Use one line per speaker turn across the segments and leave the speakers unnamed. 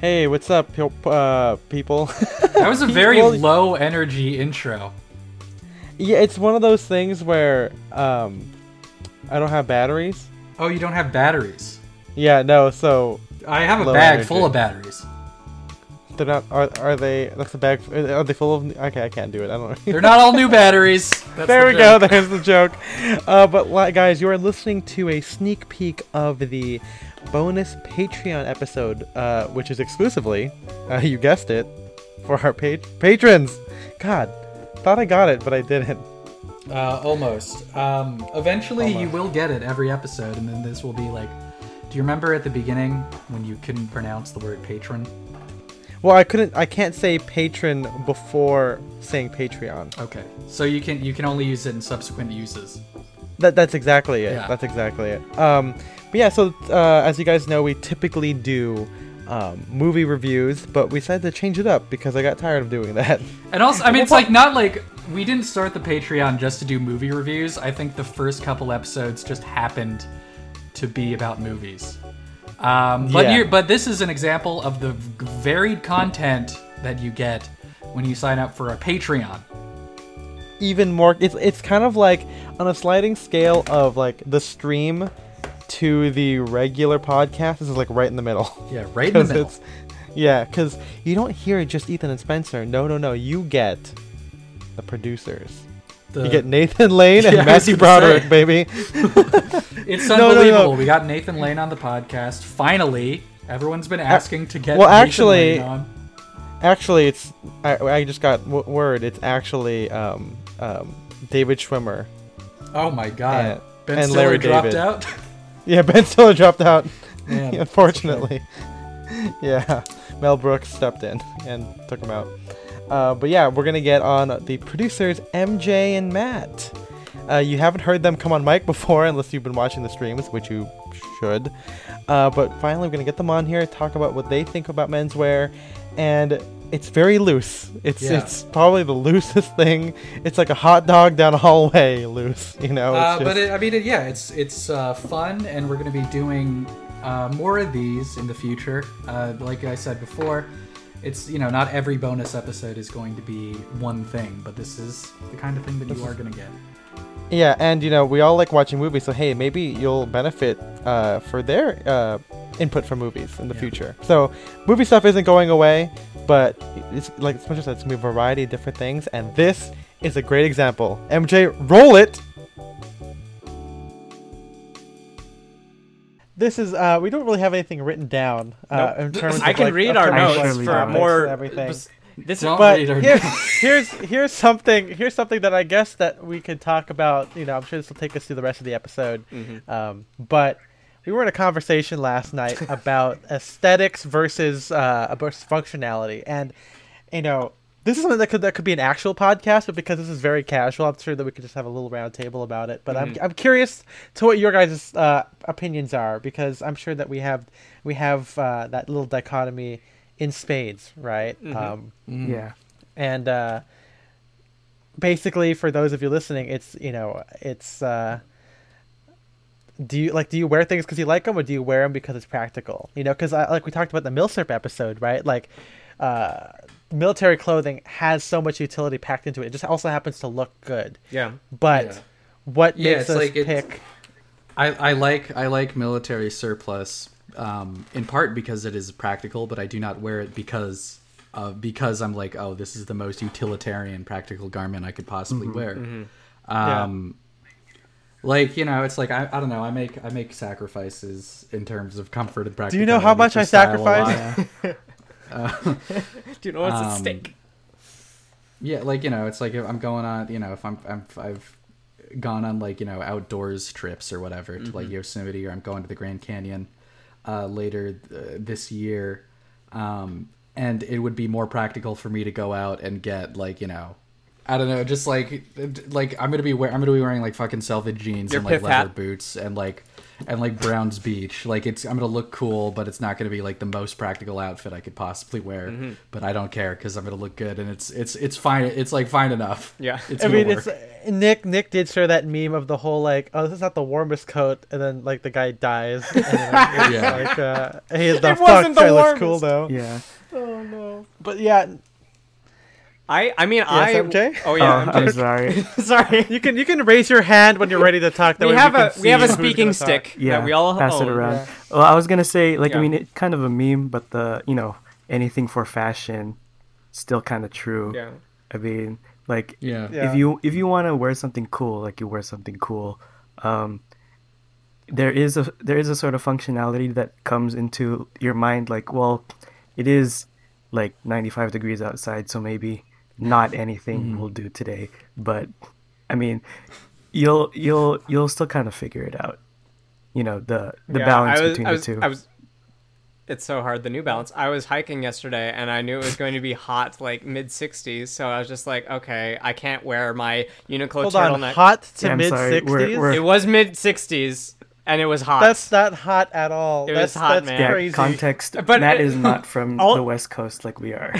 Hey, what's up, pe- uh, people?
That was a very
Well,
low energy intro.
yeah, it's one of those things where um, I don't have batteries.
Oh, you don't have batteries.
Yeah, no. So
I have a
Low
bag
energy.
full of batteries.
they're not. Are, are they? That's a bag. Are they full of? Okay, I can't do it. I don't. know.
They're not all new batteries. That's
there we
the
go.
joke.
There's the joke. Uh, but li- guys, you are listening to a sneak peek of the bonus Patreon episode, uh, which is exclusively, uh, you guessed it, for our pa- patrons. God, thought I got it, but I didn't.
Uh, almost. Um, eventually, you
Almost.
will get it every episode, and then this will be like. Do you remember at the beginning when you couldn't pronounce the word patron?
Well, I couldn't. I can't say patron before saying Patreon.
Okay, so you can you can only use it in subsequent uses.
That that's exactly it.
Yeah.
That's exactly it. Um, but yeah. So uh, as you guys know, we typically do um, movie reviews, but we decided to change it up because I got tired of doing that.
And also, I mean, it's like not like we didn't start the Patreon just to do movie reviews. I think the first couple episodes just happened to be about movies. Um, but
Yeah.
you but this is an example of the v- varied content that you get when you sign up for a Patreon.
Even more. It's it's kind of like on a sliding scale of like the stream to the regular podcast. This is like right in the middle.
Yeah, right in the
Because
middle.
it's yeah, because you don't hear just Ethan and Spencer. No, no, no. You get the producers.
The-
You get Nathan Lane and
Yeah, I was
Matthew
gonna
Broderick,
say.
baby.
it's
no, no, no.
unbelievable. We got Nathan Lane on the podcast finally. Everyone's been asking to get
well,
Nathan
actually-
Lane on.
Actually, it's I, I just got w- word. It's actually um, um, David Schwimmer.
Oh my god.
and-
ben
and
Stiller
Larry
dropped
David.
out.
Yeah, Ben Stiller dropped out,
Man, that's a
unfortunately. Yeah, Mel Brooks stepped in and took him out. Uh, but yeah, we're gonna get on the producers MJ and Matt. Uh, you haven't heard them come on mic before unless you've been watching the streams, which you should. Uh, but finally, we're gonna get them on here, talk about what they think about menswear, and it's very loose. It's
Yeah.
it's probably the loosest thing. It's like a hot dog down a hallway loose, you know. Oh, It's
Uh, but
just-
it, I mean, it, yeah, it's it's uh, fun, and we're going to be doing uh, more of these in the future. Uh, like I said before, it's you know not every bonus episode is going to be one thing, but this is the kind of thing that you are going to get.
Yeah, and you know we all like watching movies, so hey, maybe you'll benefit uh, for their uh, input from movies in the
Yeah.
future. So movie stuff isn't going away, but it's like as much as it's gonna be a variety of different things, and this is a great example. MJ, roll it. This is uh, we don't really have anything written down uh, in terms.
I
of,
can
like,
read
a
our
topic
notes
and
for
topics
more.
and everything
This is
Don't
but
read our
here's,
notes.
here's here's something here's something that I guess that we could talk about. You know, I'm sure this will take us through the rest of the episode.
Mm-hmm.
Um, but we were in a conversation last night about aesthetics versus uh, about functionality, and you know, this is something that could that could be an actual podcast, but because this is very casual, I'm sure that we could just have a little round table about it. But I'm I'm curious to what your guys' uh, opinions are because I'm sure that we have we have uh, that little dichotomy in spades, right? Um,
Yeah.
and uh, basically for those of you listening it's you know it's uh, do you like do you wear things because you like them or do you wear them because it's practical you know because like we talked about the milsurp episode right like uh, military clothing has so much utility packed into it it just also happens to look good
Yeah.
but
Yeah.
what
Yeah,
makes
it's
us
like it's-
pick
I, I like I like military surplus um, in part because it is practical, but I do not wear it because uh, because I'm like, oh, this is the most utilitarian practical garment I could possibly wear. Um, Like you know, it's like I, I don't know. I make I make sacrifices in terms of comfort and practical.
you know how much I sacrifice?
Do you know what's
Um,
at stake?
Yeah, like you know, it's like if I'm going on, you know, if I'm, I'm I've gone on like you know outdoors trips or whatever to
Mm-hmm.
like Yosemite or I'm going to the Grand Canyon uh, later uh, this year, um, and it would be more practical for me to go out and get like you know I don't know, just like like I'm gonna be wear I'm gonna be wearing like fucking selvedge jeans
Your
and like
pith
leather
hat.
boots and like and like Brown's Beach. Like it's I'm gonna look cool, but it's not gonna be like the most practical outfit I could possibly wear. But I don't care because I'm gonna look good and it's it's it's fine. It's like fine enough.
Yeah.
it's
I
gonna
mean,
work.
it's uh, Nick. Nick did share that meme of the whole like, "Oh, this is not the warmest coat," and then like the guy dies. And then, like, it's
Yeah.
like, uh, he is the
It
fuck.
wasn't the
I looks cool
warmest.
though.
Yeah.
Oh no. But yeah,
I I mean I
MJ?
Oh yeah.
oh,
MJ.
I'm sorry.
Sorry.
you can you can raise your hand when you're ready to talk. That
we
way
have
can
a we have a
see who's gonna
speaking
talk.
stick
Yeah.
that we all
pass
own.
it around.
yeah.
Well, I was gonna say, like,
Yeah.
I mean, it's kind of a meme, but the you know anything for fashion, still kind of true.
Yeah.
I mean, like,
yeah.
Yeah.
if you if you want to wear something cool, like you wear something cool, um, there is a there is a sort of functionality that comes into your mind, like, well, it is like 95 degrees outside, so maybe not anything
Mm-hmm.
will do today. But I mean, you'll you'll you'll still kind of figure it out. You know the the
Yeah,
balance
I was,
between
I was,
the two.
I was, it's so hard. The New Balance. I was hiking yesterday, and I knew it was going to be hot, like mid 60s. So I was just like, okay, I can't wear my Uniqlo
Hold on,
turtleneck.
hot to
Yeah, I'm
mid
sorry, we're-
sixties.
we're-
It was mid 60s, and it was hot.
That's not hot at all.
It was
that's
hot,
that's
man.
yeah,
crazy.
context.
But
Matt
it-
is not from
all-
the West Coast like we are.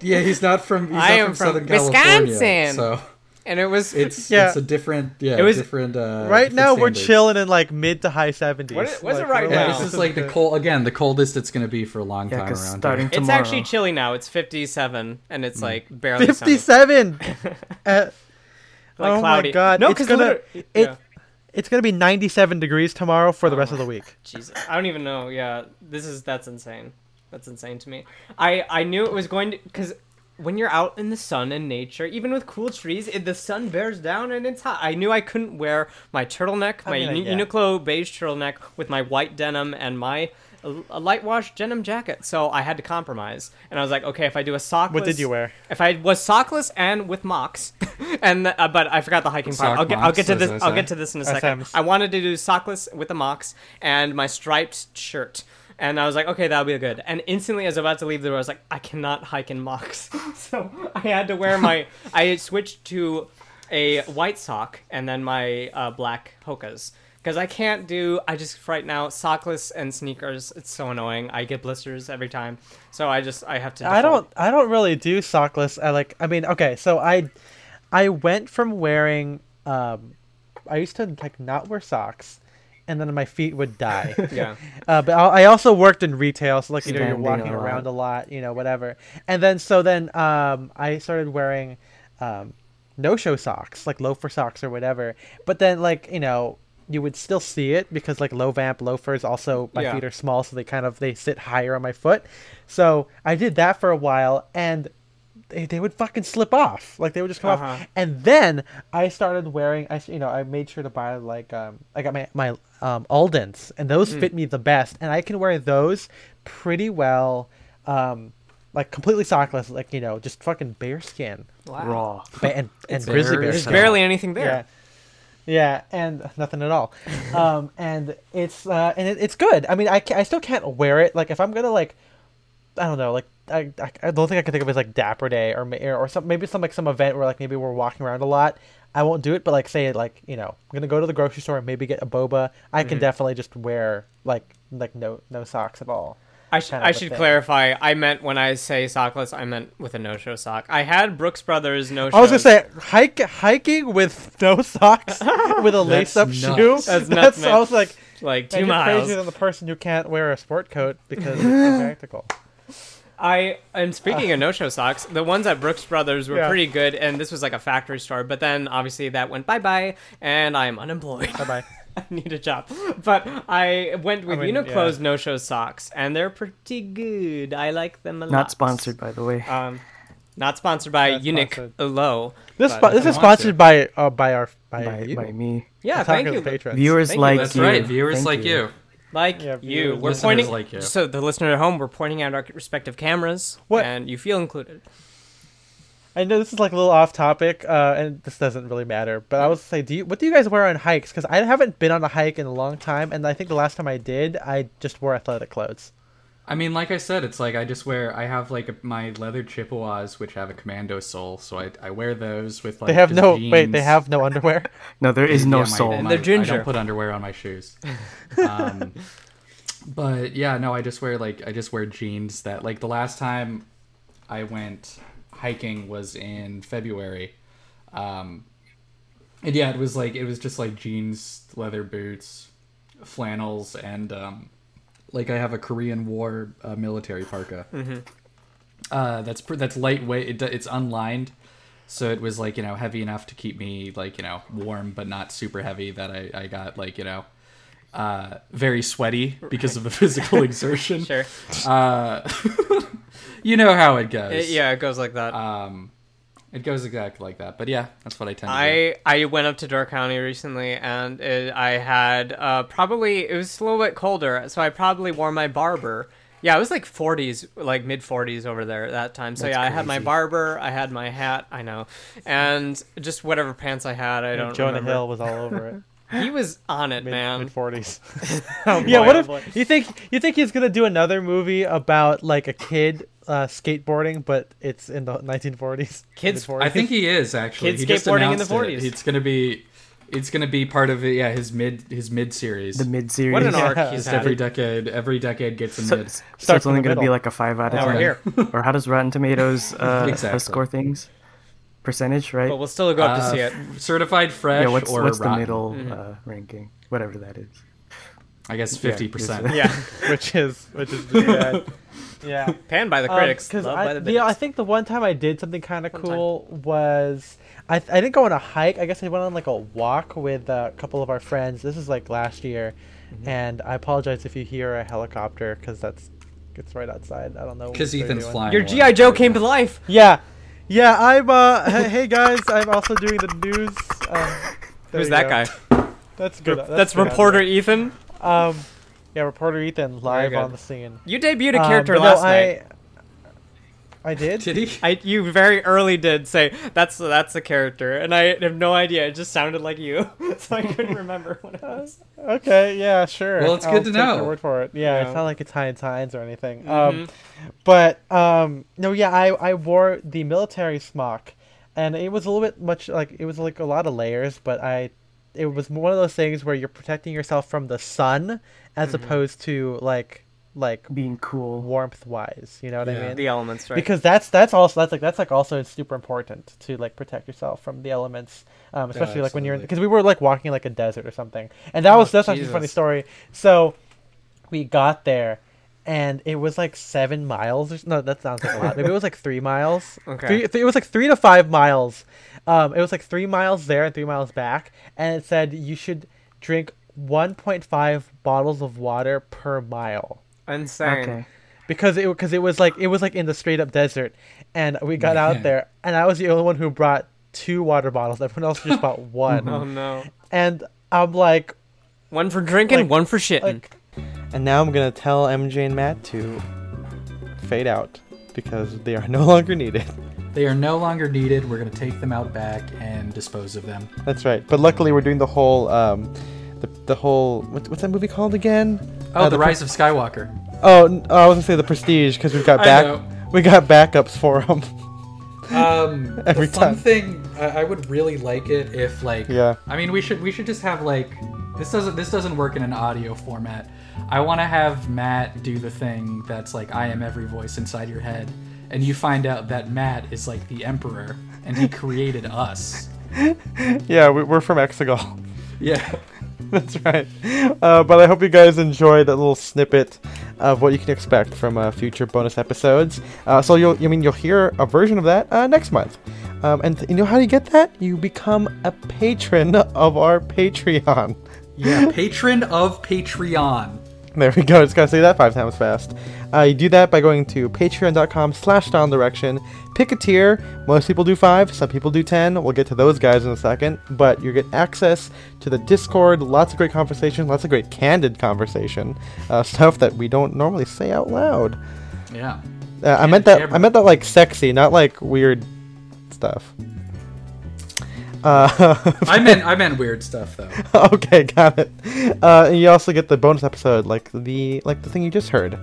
Yeah, he's not from. He's
I
not
am
from
from
Southern California,
Wisconsin.
so
and it was
it's
Yeah.
it's a different. Yeah,
It was-
different. Uh,
Right
different
now we're
standards.
chilling in like mid to high seventies.
What is- what is it
like,
right
we're
Yeah,
now?
this
Wow.
is like the cold again. The coldest it's gonna be for a long
Yeah,
time
because
around.
starting
here.
It's
tomorrow. Mm.
actually chilly now. It's 57, and it's like barely sunny.
Fifty-seven. Uh,
Like
oh
cloudy.
my god!
No,
it's
'cause
gonna
literally-
it,
yeah.
it's gonna be ninety-seven degrees tomorrow for the rest of the week.
Jesus, I don't even know. Yeah, this is that's insane. That's insane to me. I I knew it was going to because when you're out in the sun in nature, even with cool trees, it, the sun bears down and it's hot. I knew I couldn't wear my turtleneck, my
mean, I-
Uni-
yeah.
Uniqlo beige turtleneck with my white denim and my a, a light wash denim jacket. So I had to compromise, and I was like, okay, if I do a sockless,
What did you wear?
If I was sockless and with mocks, and uh, but I forgot the hiking part.
Sock
I'll get, I'll
mocs,
get to
as
this.
I
I'll
say.
get to this in a second.
SMs.
I wanted to do sockless with the mocks and my striped shirt. And I was like, okay, that'll be good. And instantly, as I was about to leave the door, I was like, I cannot hike in mocks. so I had to wear my. I switched to a white sock and then my uh, black hokas. Because I can't do. I just, right now, sockless and sneakers, it's so annoying. I get blisters every time. So I just, I have to.
I
default.
don't I don't really do sockless. I like I mean okay, so I I went from wearing um I used to like not wear socks and then my feet would die.
Yeah.
Uh, but I I also worked in retail, so like you know you're
Standing
walking
a lot.
around a lot, you know whatever. And then so then um, I started wearing um, no-show socks, like loafer socks or whatever. But then like you know you would still see it because like low vamp loafers also my
Yeah.
feet are small, so they kind of they sit higher on my foot. So I did that for a while, and they, they would fucking slip off. Like they would just come
Uh-huh.
off. And then I started wearing. I s- you know I made sure to buy like um I got my my um Aldens and those
Mm.
fit me the best, and I can wear those pretty well. Um, like completely sockless, like you know, just fucking bear skin
Wow.
raw.
Ba- and and
It's
grizzly
very
bear
There's
skin.
soft.
Barely anything there.
Yeah. Yeah, and nothing at all. um, and it's uh, and it, it's good. I mean, I, ca- I still can't wear it. Like if I'm gonna like, I don't know, like I, I, I don't think I can think of it as like Dapper Day or ma- or some maybe some like some event where like maybe we're walking around a lot. I won't do it, but like say like you know I'm gonna go to the grocery store and maybe get a boba. I
Mm-hmm.
can definitely just wear like like no no socks at all.
I should
kind of
I
a
should
thing.
clarify. I meant when I say sockless, I meant with a no-show sock. I had Brooks Brothers no-show.
I was gonna say hike hiking with no socks with a lace up
That's
shoe.
nuts.
That's nuts,
I
man.
was like.
like
Yeah,
two
you're
miles.
crazier than the person who can't wear a sport coat because it's impractical.
I and speaking of no-show socks, the ones at Brooks Brothers were
Ah. Yeah.
pretty good, and this was like a factory store. But then obviously that went bye bye, and I'm unemployed.
Bye bye.
I need a job. But I went with
I mean,
Uniqlo's
yeah.
no-show socks, and they're pretty good. I like them a lot.
Not sponsored, by the way.
Um, not sponsored by
Not
Uniqlo.
sponsored. This spo-
But
this is
if I want
sponsored by uh, by our by,
by,
you.
by me.
Yeah,
Talking
thank
to
you.
the patrons.
Viewers
Thank you.
like
That's
you.
right, viewers
Thank
like you.
like
Yeah,
you.
viewers-
We're
Listeners
pointing
like you.
so the listener at home. We're pointing out our respective cameras,
What-
and you feel included.
I know this is like a little off topic, uh, and this doesn't really matter. But I was gonna say, do you what do you guys wear on hikes? Because I haven't been on a hike in a long time, and I think the last time I did, I just wore athletic clothes.
I mean, like I said, it's like I just wear. I have like a, my leather Chippewas, which have a commando sole, so I, I wear those with like.
They have
just
no
jeans.
wait. They have no underwear.
No, there is no
Yeah, my-
soul.
They're ginger.
I don't put underwear on my shoes. Um, but yeah, no, I just wear like I just wear jeans that like the last time I went hiking was in February. Um, and yeah, it was like it was just like jeans, leather boots, flannels, and um, like I have a Korean War uh, military parka.
Mm-hmm.
Uh, that's pr- that's lightweight. It, d- it's unlined, so it was like you know heavy enough to keep me like you know warm, but not super heavy that I I got like you know uh very sweaty because of the physical exertion
Sure.
uh you know how it goes
It- Uh, yeah, it goes like that.
um, it goes exactly like that. But yeah, that's what I tend to do.
I I went up to Door County recently, and it, I had uh, probably it was a little bit colder, so I probably wore my barber. Yeah, it was like 40s, like mid 40s over there at that time. So yeah, I had my
crazy.
barber, I had my hat, I know, and just whatever pants I had. I don't.
Jonah
remember.
Hill was all over it.
He was on it, man.
Mid forties.
Oh,
yeah.
boy,
What
oh,
if
boy.
you think you think he's gonna do another movie about like a kid uh, skateboarding, but it's in the 1940s.
Kids-
mid-forties?
I think he is actually.
Kids
he just
skateboarding in
announced
the 40s.
It. It's gonna be, it's gonna be part of it. Yeah, his mid his mid series.
The mid series.
what an
Yeah.
arc he's
Just
Just
had.
every decade, every decade gets a
So,
mid.
so
Start
it's
from
only
the
going to be
middle.
like a five out of
Now we're
ten.
here.
or how does Rotten Tomatoes uh,
Exactly.
score things? Percentage, right?
but we'll still go up
Uh,
to see it.
Certified fresh
yeah, what's
or
what's the
rotten.
middle
Mm-hmm.
uh, ranking? Whatever that is.
I guess fifty percent.
Yeah,
which is which is really bad. Yeah.
panned by the
Um,
critics,
'cause
loved
I,
by the
yeah, I
bigots.
think the one time I did something kind of
time.
cool was I, I didn't go on a hike. I guess I went on like a walk with uh, a couple of our friends. This is like last year, and I apologize if you hear a helicopter because that's it's right outside. I don't know
Because
what they're
Ethan's
doing.
flying.
Your
one.
GI Joe came to life.
Yeah, yeah. I'm uh, hey hey, guys. I'm also doing the news. Um, there
Who's
you
that
go.
guy?
That's good.
That's,
good.
reporter Ethan.
Um, yeah, reporter Ethan live
good.
on the scene.
You debuted a
Um,
character
but no,
last
I,
night.
I did.
Did he?
I you very early did say that's that's a character, and I have no idea. It just sounded like you, so I couldn't remember what it was.
Okay, yeah, sure.
Well, it's good
I'll
to
take
know.
Your word for it. Yeah,
Yeah.
it's not like it's high in times or anything. Um, but um, no, yeah, I I wore the military smock, and it was a little bit much like it was like a lot of layers, but I, it was one of those things where you're protecting yourself from the sun as
Mm-hmm.
opposed to like like
Being cool.
warmth wise. You know what I
Yeah.
mean?
The elements, right?
because that's that's also that's like that's like also super important to like protect yourself from the elements um, especially like when you're in
absolutely. Oh,
because we were like walking like a desert or something and that was that's actually a funny
Jesus.
story so we got there and it was like seven miles or s- no that sounds like a lot maybe it was like three miles
Okay.
Three- three- it was like three to five miles um, it was like three miles there and three miles back and it said you should drink 1.5 bottles of water per mile
Insane.
Okay.
because it because it was like it was like in the straight up desert, and we got out
Man.
there, and I was the only one who brought two water bottles. Everyone else just bought one,
Mm-hmm.
Oh no.
and I'm like,
One for drinking,
Like-
one for shitting.
like, Mm-hmm. and now I'm gonna tell MJ and Matt to fade out because they are no longer needed.
They are no longer needed. We're gonna take them out back and dispose of them.
That's right. But luckily, we're doing the whole um, the the whole what, what's that movie called again?
Oh,
Uh,
the
pre-
Rise of Skywalker.
Oh, n- oh, I was gonna say the Prestige because we've got
I
back
know.
we got backups for them.
Um,
Every
the fun
time.
thing I, I would really like it if like
Yeah.
I mean we should we should just have like this doesn't this doesn't work in an audio format. I want to have Matt do the thing that's like I am every voice inside your head, and you find out that Matt is like the emperor and he created us.
yeah, we, we're from Exegol.
Yeah.
That's right. Uh, but I hope you guys enjoy that little snippet of what you can expect from uh, future bonus episodes. Uh, so you'll, I mean, you'll hear a version of that uh, next month. Um, and you know how you get that? You become a patron of our Patreon.
Yeah. Patron of Patreon.
There we go. It's gotta say that five times fast. Uh, you do that by going to patreon.com slash down direction. Pick a tier. Most people do five, some people do ten. We'll get to those guys in a second. But you get access to the Discord, lots of great conversation, lots of great candid conversation. Uh, stuff that we don't normally say out loud.
Yeah.
Uh, I meant that I meant that like sexy, not like weird stuff. Uh,
I meant I meant weird stuff though.
okay, got it. Uh, and you also get the bonus episode, like the like the thing you just heard.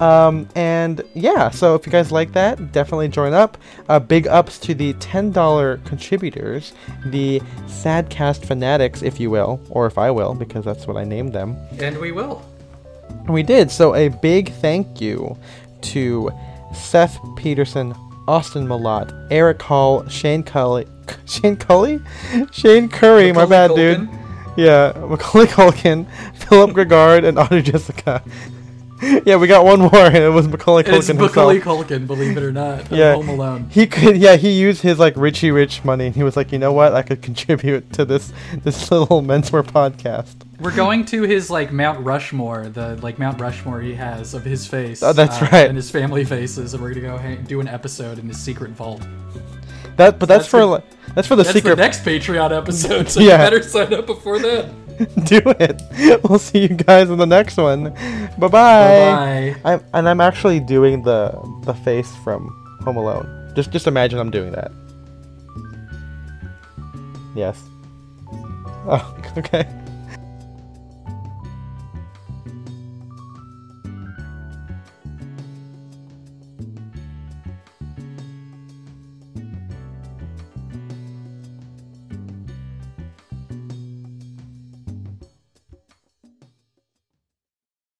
Um, and yeah, so if you guys like that, definitely join up. Uh, big ups to the ten dollar contributors, the Sadcast fanatics, if you will, or if I will, because that's what I named them.
And we will.
And we did. So a big thank you to Seth Peterson, Austin Malott, Eric Hall, Shane Cully, Shane Cully, Shane Curry. my
Macaulay
bad,
Culkin.
dude. Yeah, Macaulay Culkin, Philip Gregard, and Audrey Jessica. yeah, we got one more, and it was Macaulay Culkin
It's
himself.
Macaulay Culkin, believe it or not. from
yeah,
Home Alone.
He could. Yeah, he used his like Richie Rich money, and he was like, you know what, I could contribute to this this little menswear podcast.
We're going to his like Mount Rushmore, the like Mount Rushmore he has of his face.
Oh, that's
uh,
right.
And his family faces, and we're gonna go hang, do an episode in his secret vault.
That, but that's,
That's
for
the-
like, that's for the
That's
secret.
the next Patreon episode, so
Yeah.
you better sign up before then.
do it. We'll see you guys in the next one. Bye
Bye-bye.
bye. I'm and I'm actually doing the the face from Home Alone. Just just imagine I'm doing that. Yes. Oh, okay.